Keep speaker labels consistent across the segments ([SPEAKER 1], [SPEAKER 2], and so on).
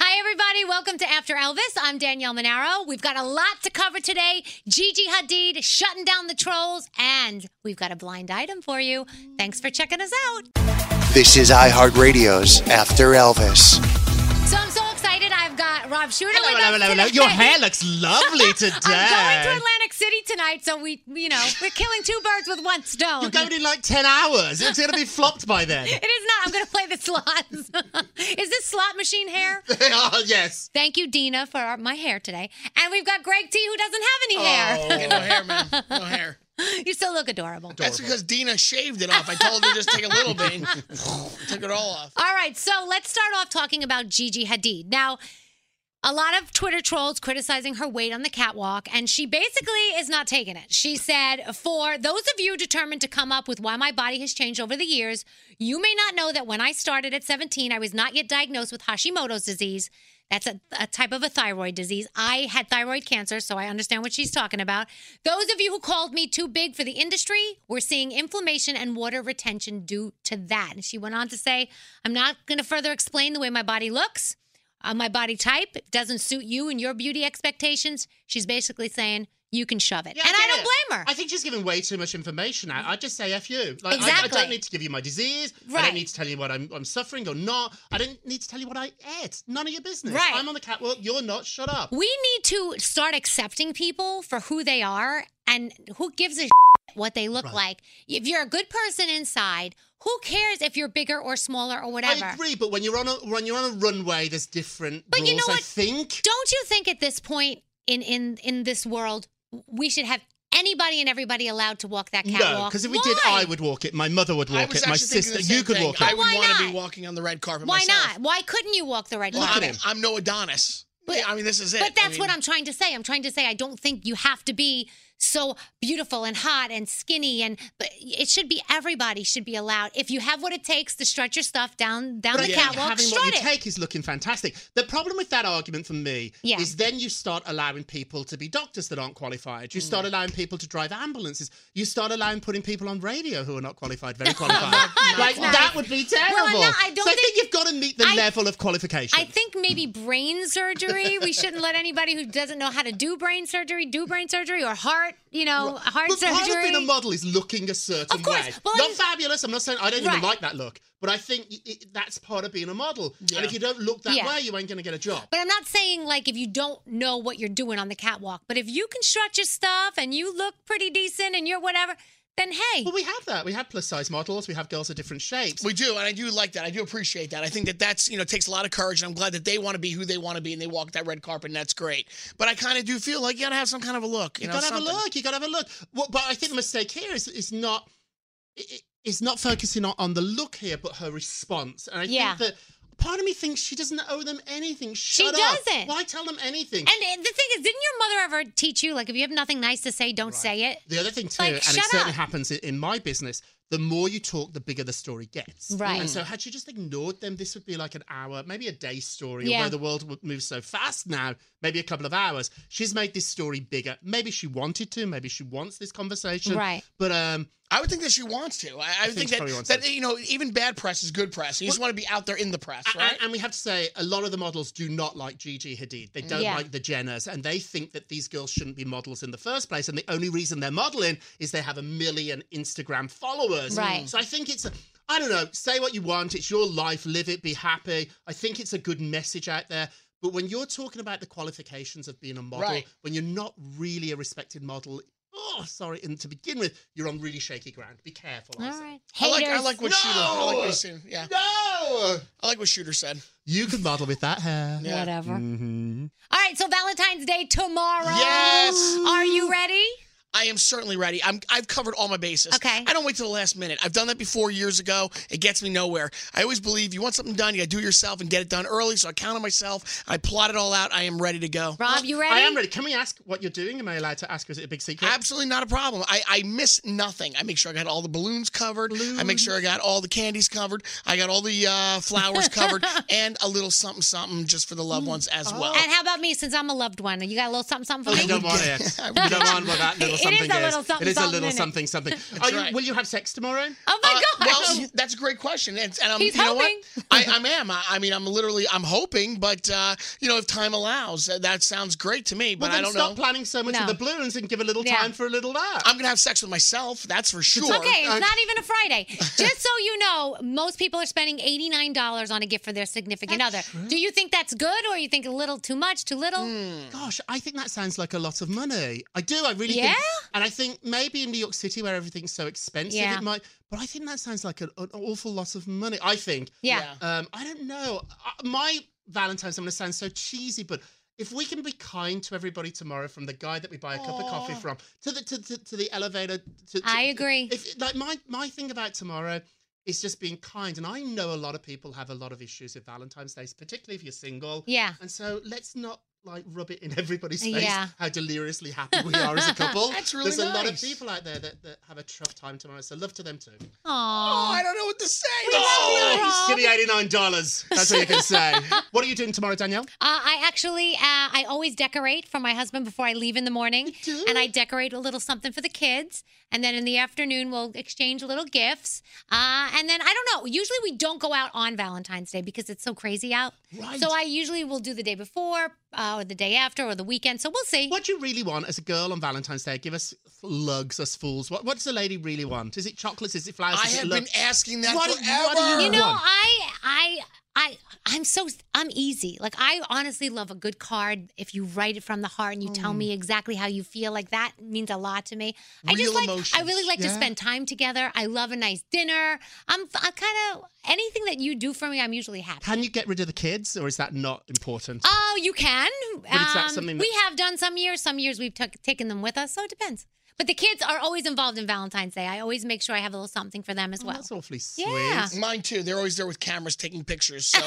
[SPEAKER 1] Hi, everybody. Welcome to After Elvis. I'm Danielle Monaro. We've got a lot to cover today. Gigi Hadid shutting down the trolls, and we've got a blind item for you. Thanks for checking us out.
[SPEAKER 2] This is iHeartRadio's After Elvis.
[SPEAKER 1] So I'm so excited. I've got Rob Shooter
[SPEAKER 3] Hello,
[SPEAKER 1] with
[SPEAKER 3] hello,
[SPEAKER 1] us
[SPEAKER 3] hello, hello.
[SPEAKER 1] today.
[SPEAKER 3] Your hair looks lovely today.
[SPEAKER 1] I'm going to Atlantic City tonight, so we, you know, we're killing two birds with one stone.
[SPEAKER 3] You're going in like 10 hours. It's going to be flopped by then.
[SPEAKER 1] It is not. I'm going to play the slots. is this slot machine hair?
[SPEAKER 3] oh, yes.
[SPEAKER 1] Thank you, Dina, for our, my hair today. And we've got Greg T, who doesn't have any hair.
[SPEAKER 4] Oh, no hair, man. No hair.
[SPEAKER 3] Oh.
[SPEAKER 1] You still look adorable.
[SPEAKER 4] That's because Dina shaved it off. I told her just take a little bit. and Took it all off.
[SPEAKER 1] All right, so let's start off talking about Gigi Hadid. Now, a lot of Twitter trolls criticizing her weight on the catwalk, and she basically is not taking it. She said, For those of you determined to come up with why my body has changed over the years, you may not know that when I started at 17, I was not yet diagnosed with Hashimoto's disease. That's a, a type of a thyroid disease. I had thyroid cancer, so I understand what she's talking about. Those of you who called me too big for the industry, we're seeing inflammation and water retention due to that. And she went on to say, I'm not going to further explain the way my body looks uh, my body type doesn't suit you and your beauty expectations, she's basically saying you can shove it.
[SPEAKER 3] Yeah,
[SPEAKER 1] and I
[SPEAKER 3] get
[SPEAKER 1] don't
[SPEAKER 3] it.
[SPEAKER 1] blame her.
[SPEAKER 3] I think she's giving way too much information out. I just say F you. Like, I- I,
[SPEAKER 1] Exactly.
[SPEAKER 3] don't need to give you my disease. I
[SPEAKER 1] Right.
[SPEAKER 3] don't need to tell you what I'm, I'm suffering or not. I don't need to tell you what I ate. None of your business.
[SPEAKER 1] Right.
[SPEAKER 3] I'm on the catwalk. You're not. Shut up.
[SPEAKER 1] we need to start accepting people for who they are and who gives a what they look
[SPEAKER 3] Right.
[SPEAKER 1] like. If you're a good person inside, who cares if you're bigger or smaller or whatever?
[SPEAKER 3] I agree, but when you're on a when you're on a runway, there's different
[SPEAKER 1] But
[SPEAKER 3] rules.
[SPEAKER 1] you know
[SPEAKER 3] I
[SPEAKER 1] what?
[SPEAKER 3] think.
[SPEAKER 1] Don't you think at this point in in in this world we should have anybody and everybody allowed to walk that catwalk?
[SPEAKER 3] No, because if we did,
[SPEAKER 1] Why?
[SPEAKER 3] I would walk it. My mother would
[SPEAKER 4] I
[SPEAKER 3] walk
[SPEAKER 4] was
[SPEAKER 3] it.
[SPEAKER 4] actually
[SPEAKER 3] My
[SPEAKER 4] thinking the
[SPEAKER 3] sister,
[SPEAKER 4] same
[SPEAKER 3] you could
[SPEAKER 4] thing.
[SPEAKER 3] walk
[SPEAKER 4] I
[SPEAKER 3] it.
[SPEAKER 4] would
[SPEAKER 1] Why
[SPEAKER 4] want to
[SPEAKER 1] not?
[SPEAKER 4] be walking on the red carpet
[SPEAKER 1] Why
[SPEAKER 4] myself.
[SPEAKER 1] not? Why couldn't you walk the right
[SPEAKER 4] Well,
[SPEAKER 1] line?
[SPEAKER 4] I'm, I'm no Adonis.
[SPEAKER 1] But-
[SPEAKER 4] I mean, this is it.
[SPEAKER 1] But that's
[SPEAKER 4] I mean,
[SPEAKER 1] what I'm trying to say. I'm trying to say I don't think you have to be so beautiful and hot and skinny and but it should be everybody should be allowed if you have what it takes to strut your stuff down down
[SPEAKER 3] But I
[SPEAKER 1] the
[SPEAKER 3] think
[SPEAKER 1] catwalk
[SPEAKER 3] having
[SPEAKER 1] strut
[SPEAKER 3] what you
[SPEAKER 1] it.
[SPEAKER 3] take is looking fantastic. The problem with that argument for me
[SPEAKER 1] Yeah.
[SPEAKER 3] is then you start allowing people to be doctors that aren't qualified. You
[SPEAKER 4] Mm.
[SPEAKER 3] start allowing people to drive ambulances. You start allowing putting people on radio who are not qualified, very qualified. like
[SPEAKER 1] nice.
[SPEAKER 3] that would be terrible.
[SPEAKER 1] Well, I'm not- I don't
[SPEAKER 3] so I
[SPEAKER 1] think-
[SPEAKER 3] think you've got to meet the
[SPEAKER 1] I-
[SPEAKER 3] level of qualification.
[SPEAKER 1] I think maybe brain surgery. We shouldn't let anybody who doesn't know how to do brain surgery do brain surgery or heart, you know, heart
[SPEAKER 3] but part of
[SPEAKER 1] surgery.
[SPEAKER 3] being a model is looking a certain
[SPEAKER 1] Of course.
[SPEAKER 3] way.
[SPEAKER 1] Well,
[SPEAKER 3] not
[SPEAKER 1] I-
[SPEAKER 3] fabulous. I'm not saying I don't
[SPEAKER 1] Right.
[SPEAKER 3] even like that look, but I think y- it, that's part of being a model. And if you don't look that
[SPEAKER 1] Yeah.
[SPEAKER 3] way, you ain't going to get a job.
[SPEAKER 1] But I'm not saying like if you don't know what you're doing on the catwalk, but if you can strut your stuff and you look pretty decent and you're whatever, then hey,
[SPEAKER 3] Well, we have that. We have plus size models. We have girls of different shapes.
[SPEAKER 4] We do, and I do like that. I do appreciate that. I think that that's you know takes a lot of courage, and I'm glad that they want to be who they want to be, and they walk that red carpet, and that's great. But I kind of do feel like you gotta have some kind of a look. You,
[SPEAKER 3] You
[SPEAKER 4] know,
[SPEAKER 3] gotta
[SPEAKER 4] something.
[SPEAKER 3] have a look. You gotta have a look. Well, but I think the mistake here is is not i- i- is not focusing on, on the look here, but her response. And I
[SPEAKER 1] Yeah.
[SPEAKER 3] think that part of me thinks she doesn't owe them anything.
[SPEAKER 1] She
[SPEAKER 3] Shut up.
[SPEAKER 1] doesn't.
[SPEAKER 3] Why tell them anything?
[SPEAKER 1] And uh, the thing is, didn't your mother ever teach you like if you have nothing nice to say, don't say it?
[SPEAKER 3] the other thing too,
[SPEAKER 1] Like,
[SPEAKER 3] and it
[SPEAKER 1] shut
[SPEAKER 3] certainly
[SPEAKER 1] up.
[SPEAKER 3] happens i- in my business. The more you talk, the bigger the story gets.
[SPEAKER 1] Right.
[SPEAKER 3] And so, had she just ignored them, this would be like an hour, maybe a day story.
[SPEAKER 1] Yeah.
[SPEAKER 3] Although the world w- moves so fast now, maybe a couple of hours. She's made this story bigger. Maybe she wanted to. Maybe she wants this conversation.
[SPEAKER 1] Right.
[SPEAKER 3] But um,
[SPEAKER 4] I would think that she wants to. I, I would
[SPEAKER 3] think
[SPEAKER 4] think,
[SPEAKER 3] she probably
[SPEAKER 4] that,
[SPEAKER 3] wants
[SPEAKER 4] that
[SPEAKER 3] to.
[SPEAKER 4] you know even bad press is good press. You just want to be out there in the press,
[SPEAKER 3] A-
[SPEAKER 4] right?
[SPEAKER 3] And, and we have to say, a lot of the models do not like Gigi Hadid. They don't
[SPEAKER 1] Mm. Yeah.
[SPEAKER 3] like the Jenners, and they think that these girls shouldn't be models in the first place. And the only reason they're modeling is they have a million Instagram followers.
[SPEAKER 1] Right.
[SPEAKER 3] So I think it's a. I don't know. Say what you want. It's your life. Live it. Be happy. I think it's a good message out there. But when you're talking about the qualifications of being a model,
[SPEAKER 4] Right.
[SPEAKER 3] when you're not really a respected model, oh, sorry. And to begin with, you're on really shaky ground. Be careful. I
[SPEAKER 1] All
[SPEAKER 3] say.
[SPEAKER 1] right.
[SPEAKER 4] I
[SPEAKER 1] Haters.
[SPEAKER 4] like I like what shooter I like
[SPEAKER 3] No!
[SPEAKER 4] what, Shooter- yeah
[SPEAKER 3] No,
[SPEAKER 4] I like what shooter said.
[SPEAKER 3] you can model with that hair.
[SPEAKER 4] Yeah.
[SPEAKER 1] Whatever.
[SPEAKER 3] Mm-hmm.
[SPEAKER 1] All right, so Valentine's Day tomorrow.
[SPEAKER 4] Yes!
[SPEAKER 1] Are you ready?
[SPEAKER 4] I am certainly ready. I'm, I've covered all my bases.
[SPEAKER 1] Okay.
[SPEAKER 4] I don't wait till the last minute. I've done that before years ago. It gets me nowhere. I always believe you want something done, you got to do it yourself and get it done early. So I count on myself. I plot it all out. I am ready to go.
[SPEAKER 1] Rob, you ready?
[SPEAKER 3] I am ready. Can we ask what you're doing? Am I allowed to ask? Or is it a big secret?
[SPEAKER 4] Absolutely not a problem. I, I miss nothing. I make sure I got all the balloons covered. I make sure I got all the candies covered. I got all the uh, flowers covered and a little something something just for the loved ones as well.
[SPEAKER 1] And how about me since I'm a loved one? You got a little something, something for
[SPEAKER 3] you
[SPEAKER 1] me?
[SPEAKER 3] don't want it. You don't want what that little
[SPEAKER 1] is
[SPEAKER 3] something.
[SPEAKER 1] a little something,
[SPEAKER 3] It is a
[SPEAKER 1] something
[SPEAKER 3] little
[SPEAKER 1] in it.
[SPEAKER 3] something something. Are
[SPEAKER 4] That's
[SPEAKER 3] you,
[SPEAKER 4] right.
[SPEAKER 3] Will you have sex tomorrow?
[SPEAKER 1] Oh my
[SPEAKER 4] Uh,
[SPEAKER 1] god!
[SPEAKER 4] Well, that's a great question, and, and I'm,
[SPEAKER 1] He's
[SPEAKER 4] you know what?
[SPEAKER 1] hoping.
[SPEAKER 4] I, I am. I, I mean, I'm literally, I'm hoping, but uh, you know, if time allows, uh, that sounds great to me. But
[SPEAKER 3] well, then
[SPEAKER 4] I don't
[SPEAKER 3] stop
[SPEAKER 4] know.
[SPEAKER 3] planning so much
[SPEAKER 1] No.
[SPEAKER 3] of the balloons and give a little
[SPEAKER 1] Yeah. Um,
[SPEAKER 3] time for a little that.
[SPEAKER 4] I'm gonna have sex with myself. That's for sure.
[SPEAKER 1] Okay, it's
[SPEAKER 3] Okay.
[SPEAKER 1] not even a Friday. Just so you know, most people are spending $89 on a gift for their significant other. Do you think that's good or you think a little too much, too little?
[SPEAKER 4] Hmm,
[SPEAKER 3] Gosh, I think that sounds like a lot of money. I do. I really
[SPEAKER 1] Yeah?
[SPEAKER 3] think. And I think maybe in New York City where everything's so expensive,
[SPEAKER 1] Yeah.
[SPEAKER 3] it might. But I think that sounds like an, an awful lot of money. I think.
[SPEAKER 1] Yeah.
[SPEAKER 4] Yeah.
[SPEAKER 3] Um, I don't know. I- My Valentine's, I'm going to sound so cheesy, but if we can be kind to everybody tomorrow, from the guy that we buy a cup of coffee from to the to, to, to the elevator, to, to,
[SPEAKER 1] I agree.
[SPEAKER 3] If like my my thing about tomorrow is just being kind, and I know a lot of people have a lot of issues with Valentine's Day, particularly if you're single.
[SPEAKER 1] Yeah.
[SPEAKER 3] And so let's not like rub it in everybody's face
[SPEAKER 1] Yeah.
[SPEAKER 3] how deliriously happy we are as a couple.
[SPEAKER 4] That's really
[SPEAKER 3] There's a lot of
[SPEAKER 4] nice.
[SPEAKER 3] people out there that, that have a tough time tomorrow, so love to them too.
[SPEAKER 4] Oh,
[SPEAKER 1] Aww.
[SPEAKER 4] I don't know what to say.
[SPEAKER 1] love you,
[SPEAKER 4] Oh,
[SPEAKER 1] Rob.
[SPEAKER 3] give me eighty nine dollars. That's all you can say. what are you doing tomorrow, Danielle?
[SPEAKER 1] Uh, I actually, uh, I always decorate for my husband before I leave in the morning. And I decorate a little something for the kids. And then in the afternoon, we'll exchange little gifts. Uh, and then I don't know. Usually we don't go out on Valentine's Day because it's so crazy out.
[SPEAKER 3] Right.
[SPEAKER 1] So I usually will do the day before uh, or the day after or the weekend. So we'll see.
[SPEAKER 3] What do you really want as a girl on Valentine's Day? Give us lugs, us fools. What, what does a lady really want? Is it chocolates? Is it flowers?
[SPEAKER 4] I
[SPEAKER 3] Is it
[SPEAKER 4] have
[SPEAKER 3] love?
[SPEAKER 4] been asking that
[SPEAKER 3] What- what
[SPEAKER 4] forever.
[SPEAKER 3] do you
[SPEAKER 1] You know,
[SPEAKER 3] One.
[SPEAKER 1] I, I, I, I'm so I'm easy. Like I honestly love a good card. If you write it from the heart and you tell
[SPEAKER 3] Mm.
[SPEAKER 1] me exactly how you feel, like that means a lot to me. I
[SPEAKER 4] Real
[SPEAKER 1] just like I
[SPEAKER 4] emotions.
[SPEAKER 1] really like to
[SPEAKER 3] Yeah.
[SPEAKER 1] spend time together. I love a nice dinner. I'm I kind of anything that you do for me, I'm usually happy.
[SPEAKER 3] Can you get rid of the kids, or is that not important?
[SPEAKER 4] Ah,
[SPEAKER 1] Oh, you can. Um,
[SPEAKER 3] it's not something
[SPEAKER 1] we have done some years. Some years we've took, taken them with us, so it depends. But the kids are always involved in Valentine's Day. I always make sure I have a little something for them as well.
[SPEAKER 3] Oh, That's awfully sweet.
[SPEAKER 1] Yeah.
[SPEAKER 4] Mine too. They're always there with cameras taking pictures. So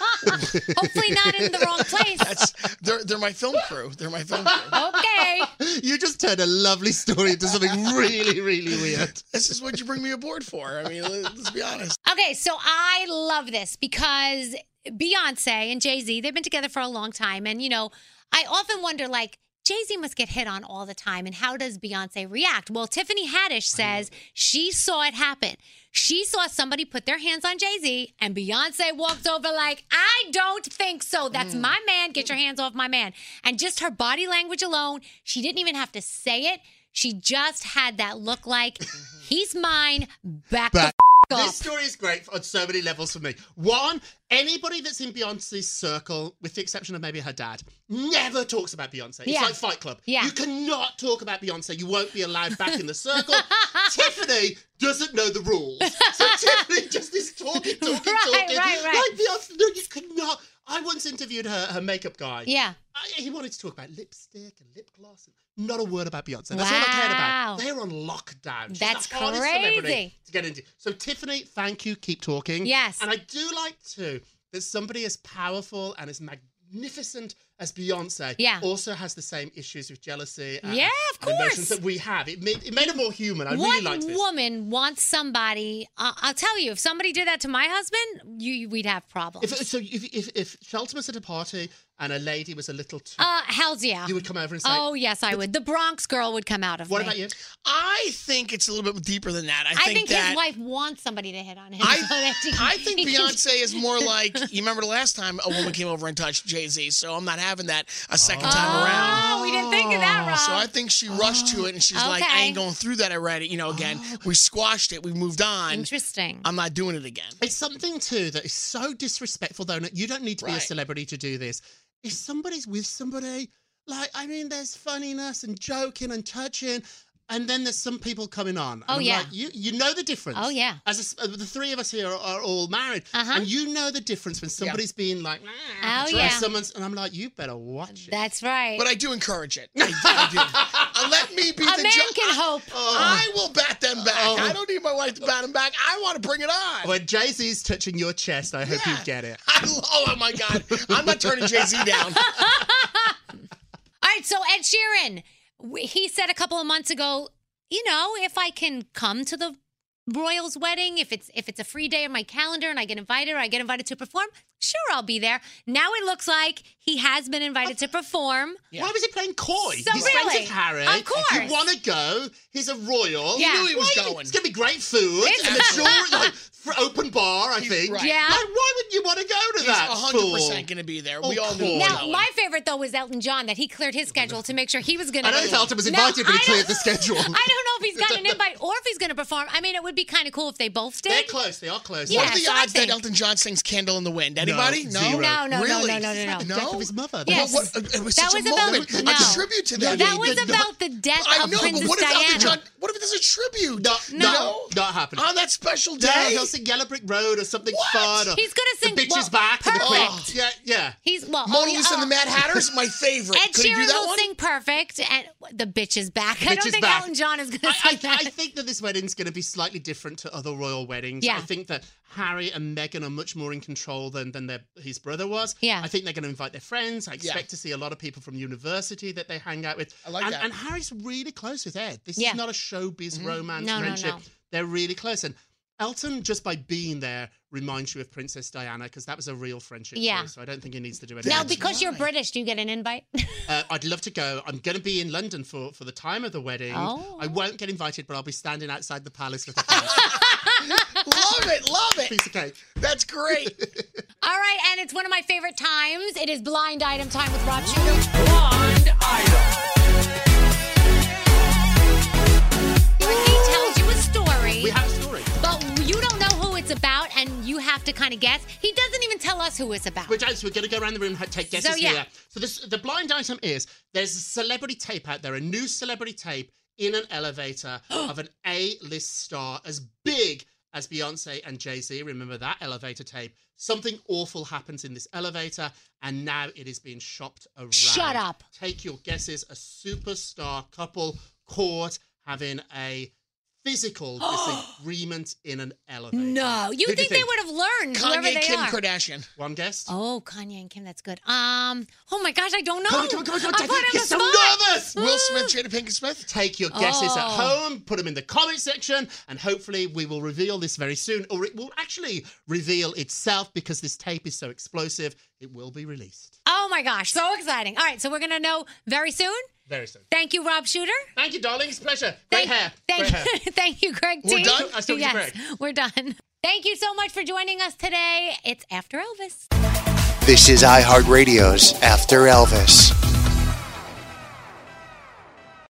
[SPEAKER 1] Hopefully, not in the wrong place.
[SPEAKER 4] that's they're they're my film crew. They're my film crew.
[SPEAKER 1] Okay.
[SPEAKER 3] You just turned a lovely story into something really, really weird.
[SPEAKER 4] This is what you bring me aboard for. I mean, let- let's be honest.
[SPEAKER 1] Okay, so I love this because Beyonce and Jay Z, they've been together for a long time. And, you know, I often wonder, like, Jay Z must get hit on all the time. And how does Beyonce react? Well, Tiffany Haddish says she saw it happen. She saw somebody put their hands on Jay Z, and Beyonce walked over, like, I don't think so. That's
[SPEAKER 3] Mm.
[SPEAKER 1] my man. Get your hands off my man. And just her body language alone, she didn't even have to say it. She just had that look like, he's mine, back, the f-
[SPEAKER 3] Back
[SPEAKER 1] up.
[SPEAKER 3] This story is great on so many levels for me. One, anybody that's in Beyonce's circle, with the exception of maybe her dad, never talks about Beyonce. It's
[SPEAKER 1] Yeah.
[SPEAKER 3] like Fight Club.
[SPEAKER 1] Yeah.
[SPEAKER 3] You cannot talk about Beyonce. You won't be allowed back in the circle. Tiffany doesn't know the rules. So Tiffany just is talking, talking,
[SPEAKER 1] Right,
[SPEAKER 3] talking.
[SPEAKER 1] right, right.
[SPEAKER 3] Like Beyonce, no, you cannot. I once interviewed her, her makeup guy.
[SPEAKER 1] Yeah.
[SPEAKER 3] I, Uh, he wanted to talk about lipstick and lip gloss. And not a word about Beyonce. That's all I cared
[SPEAKER 1] Wow.
[SPEAKER 3] about. They're on lockdown. She's
[SPEAKER 1] That's
[SPEAKER 3] the hardest
[SPEAKER 1] crazy.
[SPEAKER 3] celebrity to get into. So Tiffany, thank you. Keep talking.
[SPEAKER 1] Yes.
[SPEAKER 3] And I do like too that somebody as powerful and as magnificent as Beyonce
[SPEAKER 1] Yeah.
[SPEAKER 3] also has the same issues with jealousy. And,
[SPEAKER 1] Yeah, of
[SPEAKER 3] and
[SPEAKER 1] course.
[SPEAKER 3] emotions that we have. It made it made her more human. I really
[SPEAKER 1] What
[SPEAKER 3] liked this.
[SPEAKER 1] woman wants somebody? Uh, I'll tell you, if somebody did that to my husband, you, you- we'd have problems.
[SPEAKER 3] If, so if, if if Shelton was at a party and a lady was a little too,
[SPEAKER 1] uh, hell's yeah.
[SPEAKER 3] you would come over and say,
[SPEAKER 1] oh yes, I would. The Bronx girl would come out of
[SPEAKER 3] "What
[SPEAKER 1] me.
[SPEAKER 3] about you?"
[SPEAKER 4] I think it's a little bit deeper than that. I
[SPEAKER 1] I think
[SPEAKER 4] think, that
[SPEAKER 1] his wife wants somebody to hit on him. so
[SPEAKER 4] I,
[SPEAKER 1] that she-
[SPEAKER 4] I think
[SPEAKER 1] he can-
[SPEAKER 4] Beyonce is more like you remember the last time a woman came over and touched Jay Z, so I'm not having that a second time around.
[SPEAKER 1] Oh, we didn't think of that, Rob.
[SPEAKER 4] So I think she rushed to it and she's like, I
[SPEAKER 1] Okay. Oh.
[SPEAKER 4] ain't going through that. I read it, you know, again. We squashed it, we moved on.
[SPEAKER 1] Interesting.
[SPEAKER 4] I'm not doing it again.
[SPEAKER 3] It's something too that is so disrespectful, though. and You don't need to be a
[SPEAKER 4] Right.
[SPEAKER 3] celebrity to do this. If somebody's with somebody, like I mean, there's funniness and joking and touching, and then there's some people coming on. And
[SPEAKER 1] Oh,
[SPEAKER 3] I'm
[SPEAKER 1] yeah.
[SPEAKER 3] like, you you know the difference.
[SPEAKER 1] Oh, yeah.
[SPEAKER 3] As a s uh, the three of us here are, are all married,
[SPEAKER 1] Uh-huh.
[SPEAKER 3] and you know the difference when somebody's being like,
[SPEAKER 1] Oh,
[SPEAKER 3] "Nah," and
[SPEAKER 1] yeah.
[SPEAKER 3] someone's, and I'm like, you better watch it.
[SPEAKER 1] That's right.
[SPEAKER 4] But I do encourage it. I, I do. Uh, Let me be
[SPEAKER 1] A
[SPEAKER 4] the
[SPEAKER 1] man
[SPEAKER 4] ju-
[SPEAKER 1] can
[SPEAKER 4] I-
[SPEAKER 1] hope.
[SPEAKER 4] I will bat them back.
[SPEAKER 1] Oh.
[SPEAKER 4] I don't need my wife to bat them back. I want to bring it on.
[SPEAKER 3] When Jay Z's touching your chest, I hope
[SPEAKER 4] Yeah.
[SPEAKER 3] you get it.
[SPEAKER 4] I, oh my God. I'm not turning Jay Z down.
[SPEAKER 1] All right, so Ed Sheeran, w- he said a couple of months ago, you know, if I can come to the Royal's wedding, if it's if it's a free day in my calendar and I get invited or I get invited to perform, sure I'll be there. Now it looks like he has been invited to perform.
[SPEAKER 4] Yeah.
[SPEAKER 3] Why was he playing coy?
[SPEAKER 1] So
[SPEAKER 3] He's friends
[SPEAKER 1] really,
[SPEAKER 3] with Harry.
[SPEAKER 1] of course.
[SPEAKER 3] You want to go? He's a royal.
[SPEAKER 1] Yeah.
[SPEAKER 4] Knew he was
[SPEAKER 3] Why-
[SPEAKER 4] going.
[SPEAKER 3] It's gonna be great food
[SPEAKER 1] It's-
[SPEAKER 3] and the jewelry, like for open bar. I
[SPEAKER 4] He's
[SPEAKER 3] think.
[SPEAKER 4] right.
[SPEAKER 1] Yeah.
[SPEAKER 3] Like, why would you want to go to
[SPEAKER 4] He's
[SPEAKER 3] that?
[SPEAKER 4] 100
[SPEAKER 3] fool?
[SPEAKER 4] percent going to be there. we
[SPEAKER 3] Oh,
[SPEAKER 4] all knew.
[SPEAKER 3] cool.
[SPEAKER 4] it was
[SPEAKER 1] Now,
[SPEAKER 4] going.
[SPEAKER 1] my favorite though was Elton John that he cleared his schedule to make sure he was going to.
[SPEAKER 3] I know Elton was invited, but he cleared the schedule.
[SPEAKER 1] I don't know if he's got an invite or if he's going to perform. I mean, it would be kind of cool if they both did.
[SPEAKER 3] They're close. They are close.
[SPEAKER 1] Yeah,
[SPEAKER 3] What if
[SPEAKER 4] What are the
[SPEAKER 1] so I
[SPEAKER 4] odds that
[SPEAKER 1] think-
[SPEAKER 4] Elton John sings "Candle in the Wind"? Anybody? No.
[SPEAKER 3] zero.
[SPEAKER 1] No, no, no,
[SPEAKER 4] really?
[SPEAKER 1] no, no, no, no.
[SPEAKER 3] the
[SPEAKER 4] no.
[SPEAKER 3] death of his mother?
[SPEAKER 1] Yes.
[SPEAKER 4] What, what, it was
[SPEAKER 1] That
[SPEAKER 4] such
[SPEAKER 1] was
[SPEAKER 4] a
[SPEAKER 1] about-
[SPEAKER 4] moment.
[SPEAKER 1] no.
[SPEAKER 4] A tribute to them.
[SPEAKER 1] that was
[SPEAKER 4] The- the-
[SPEAKER 1] about the death
[SPEAKER 4] I
[SPEAKER 1] of
[SPEAKER 4] know,
[SPEAKER 1] Princess
[SPEAKER 4] but what if
[SPEAKER 1] Diana.
[SPEAKER 4] Elton John? What if there's a tribute?
[SPEAKER 3] No,
[SPEAKER 4] You
[SPEAKER 3] no,
[SPEAKER 4] know?
[SPEAKER 3] not happening.
[SPEAKER 4] On that special day.
[SPEAKER 3] Yeah, he'll sing Yellow Brick Road or something
[SPEAKER 4] What?
[SPEAKER 3] fun. Or
[SPEAKER 1] He's gonna sing-
[SPEAKER 3] The Bitch
[SPEAKER 1] well,
[SPEAKER 3] is Back. And the Queen.
[SPEAKER 1] perfect.
[SPEAKER 3] Yeah, yeah.
[SPEAKER 1] He's well.
[SPEAKER 4] Mona
[SPEAKER 1] oh,
[SPEAKER 4] Lisa and the
[SPEAKER 1] oh.
[SPEAKER 4] Mad Hatter's my favorite.
[SPEAKER 1] Ed
[SPEAKER 4] Could he do
[SPEAKER 1] Sheeran
[SPEAKER 4] that
[SPEAKER 1] will
[SPEAKER 4] one?
[SPEAKER 1] sing perfect, and the bitch is back. I
[SPEAKER 3] Bitch
[SPEAKER 1] don't
[SPEAKER 3] is
[SPEAKER 1] think
[SPEAKER 3] back.
[SPEAKER 1] Elton John is going to
[SPEAKER 3] I,
[SPEAKER 1] sing
[SPEAKER 3] I, I
[SPEAKER 1] that.
[SPEAKER 3] think that this wedding's going to be slightly different to other royal weddings.
[SPEAKER 1] Yeah.
[SPEAKER 3] I think that Harry and Meghan are much more in control than than their his brother was.
[SPEAKER 1] Yeah.
[SPEAKER 3] I think they're going to invite their friends. I expect
[SPEAKER 4] Yeah.
[SPEAKER 3] to see a lot of people from university that they hang out with.
[SPEAKER 4] I like
[SPEAKER 3] and,
[SPEAKER 4] that. Mm-hmm.
[SPEAKER 3] And Harry's really close with Ed. This
[SPEAKER 1] Yeah.
[SPEAKER 3] is not a showbiz romance
[SPEAKER 1] No, no,
[SPEAKER 3] friendship.
[SPEAKER 1] no.
[SPEAKER 3] They're really close. And Elton, just by being there, reminds you of Princess Diana because that was a real friendship.
[SPEAKER 1] Yeah.
[SPEAKER 3] too, so I don't think he needs to do anything.
[SPEAKER 1] Now,
[SPEAKER 3] else.
[SPEAKER 1] because you're British, do you get an invite?
[SPEAKER 3] Uh, I'd love to go. I'm going to be in London for, for the time of the wedding.
[SPEAKER 1] Oh.
[SPEAKER 3] I won't get invited, but I'll be standing outside the palace with a
[SPEAKER 4] Love it, love it.
[SPEAKER 3] piece of cake.
[SPEAKER 4] That's great.
[SPEAKER 1] All right, and it's one of my favorite times. It is blind item time with Rob Shooter. Blind item. Ricky tells you a story,
[SPEAKER 3] We have a story,
[SPEAKER 1] but you don't know who it's about, and you have to kind of guess. He doesn't even tell us who it's about.
[SPEAKER 3] which as we're going to go around the room and take guesses
[SPEAKER 1] So, yeah.
[SPEAKER 3] here. So this, the blind item is there's a celebrity tape out there, a new celebrity tape in an elevator of an A-list star as big as Beyonce and Jay-Z. Remember that elevator tape? Something awful happens in this elevator, and now it is being shopped around.
[SPEAKER 1] Shut up.
[SPEAKER 3] Take your guesses. A superstar couple caught having a physical disagreement in an elevator.
[SPEAKER 1] no, you
[SPEAKER 3] Who do
[SPEAKER 1] think, they would have learned whoever
[SPEAKER 4] Kanye
[SPEAKER 1] they
[SPEAKER 4] Kim
[SPEAKER 1] are.
[SPEAKER 4] Kardashian.
[SPEAKER 3] One guess.
[SPEAKER 1] Oh, Kanye and Kim, that's good. Um, oh my gosh, I don't know.
[SPEAKER 3] Come on, come on, come on, come on.
[SPEAKER 1] I'm put on
[SPEAKER 3] You're
[SPEAKER 1] the
[SPEAKER 3] so
[SPEAKER 1] spot. Mm.
[SPEAKER 3] nervous.
[SPEAKER 4] Will Smith, Jada Pinkett Smith.
[SPEAKER 3] Take your guesses at
[SPEAKER 1] Oh.
[SPEAKER 3] home, put them in the comment section, and hopefully we will reveal this very soon, or it will actually reveal itself because this tape is so explosive, it will be released
[SPEAKER 1] Oh my gosh, so exciting! All right, so we're gonna know very soon.
[SPEAKER 3] very soon.
[SPEAKER 1] Thank you, Rob Shooter.
[SPEAKER 3] Thank you, darling. It's a pleasure.
[SPEAKER 1] Thank,
[SPEAKER 3] Great hair.
[SPEAKER 1] Thank,
[SPEAKER 3] Great hair.
[SPEAKER 1] thank you, Greg.
[SPEAKER 4] We're
[SPEAKER 1] T.
[SPEAKER 4] done?
[SPEAKER 3] I still need
[SPEAKER 1] yes,
[SPEAKER 3] to
[SPEAKER 1] we're done. Thank you so much for joining us today. It's After Elvis.
[SPEAKER 2] This is iHeartRadio's After Elvis.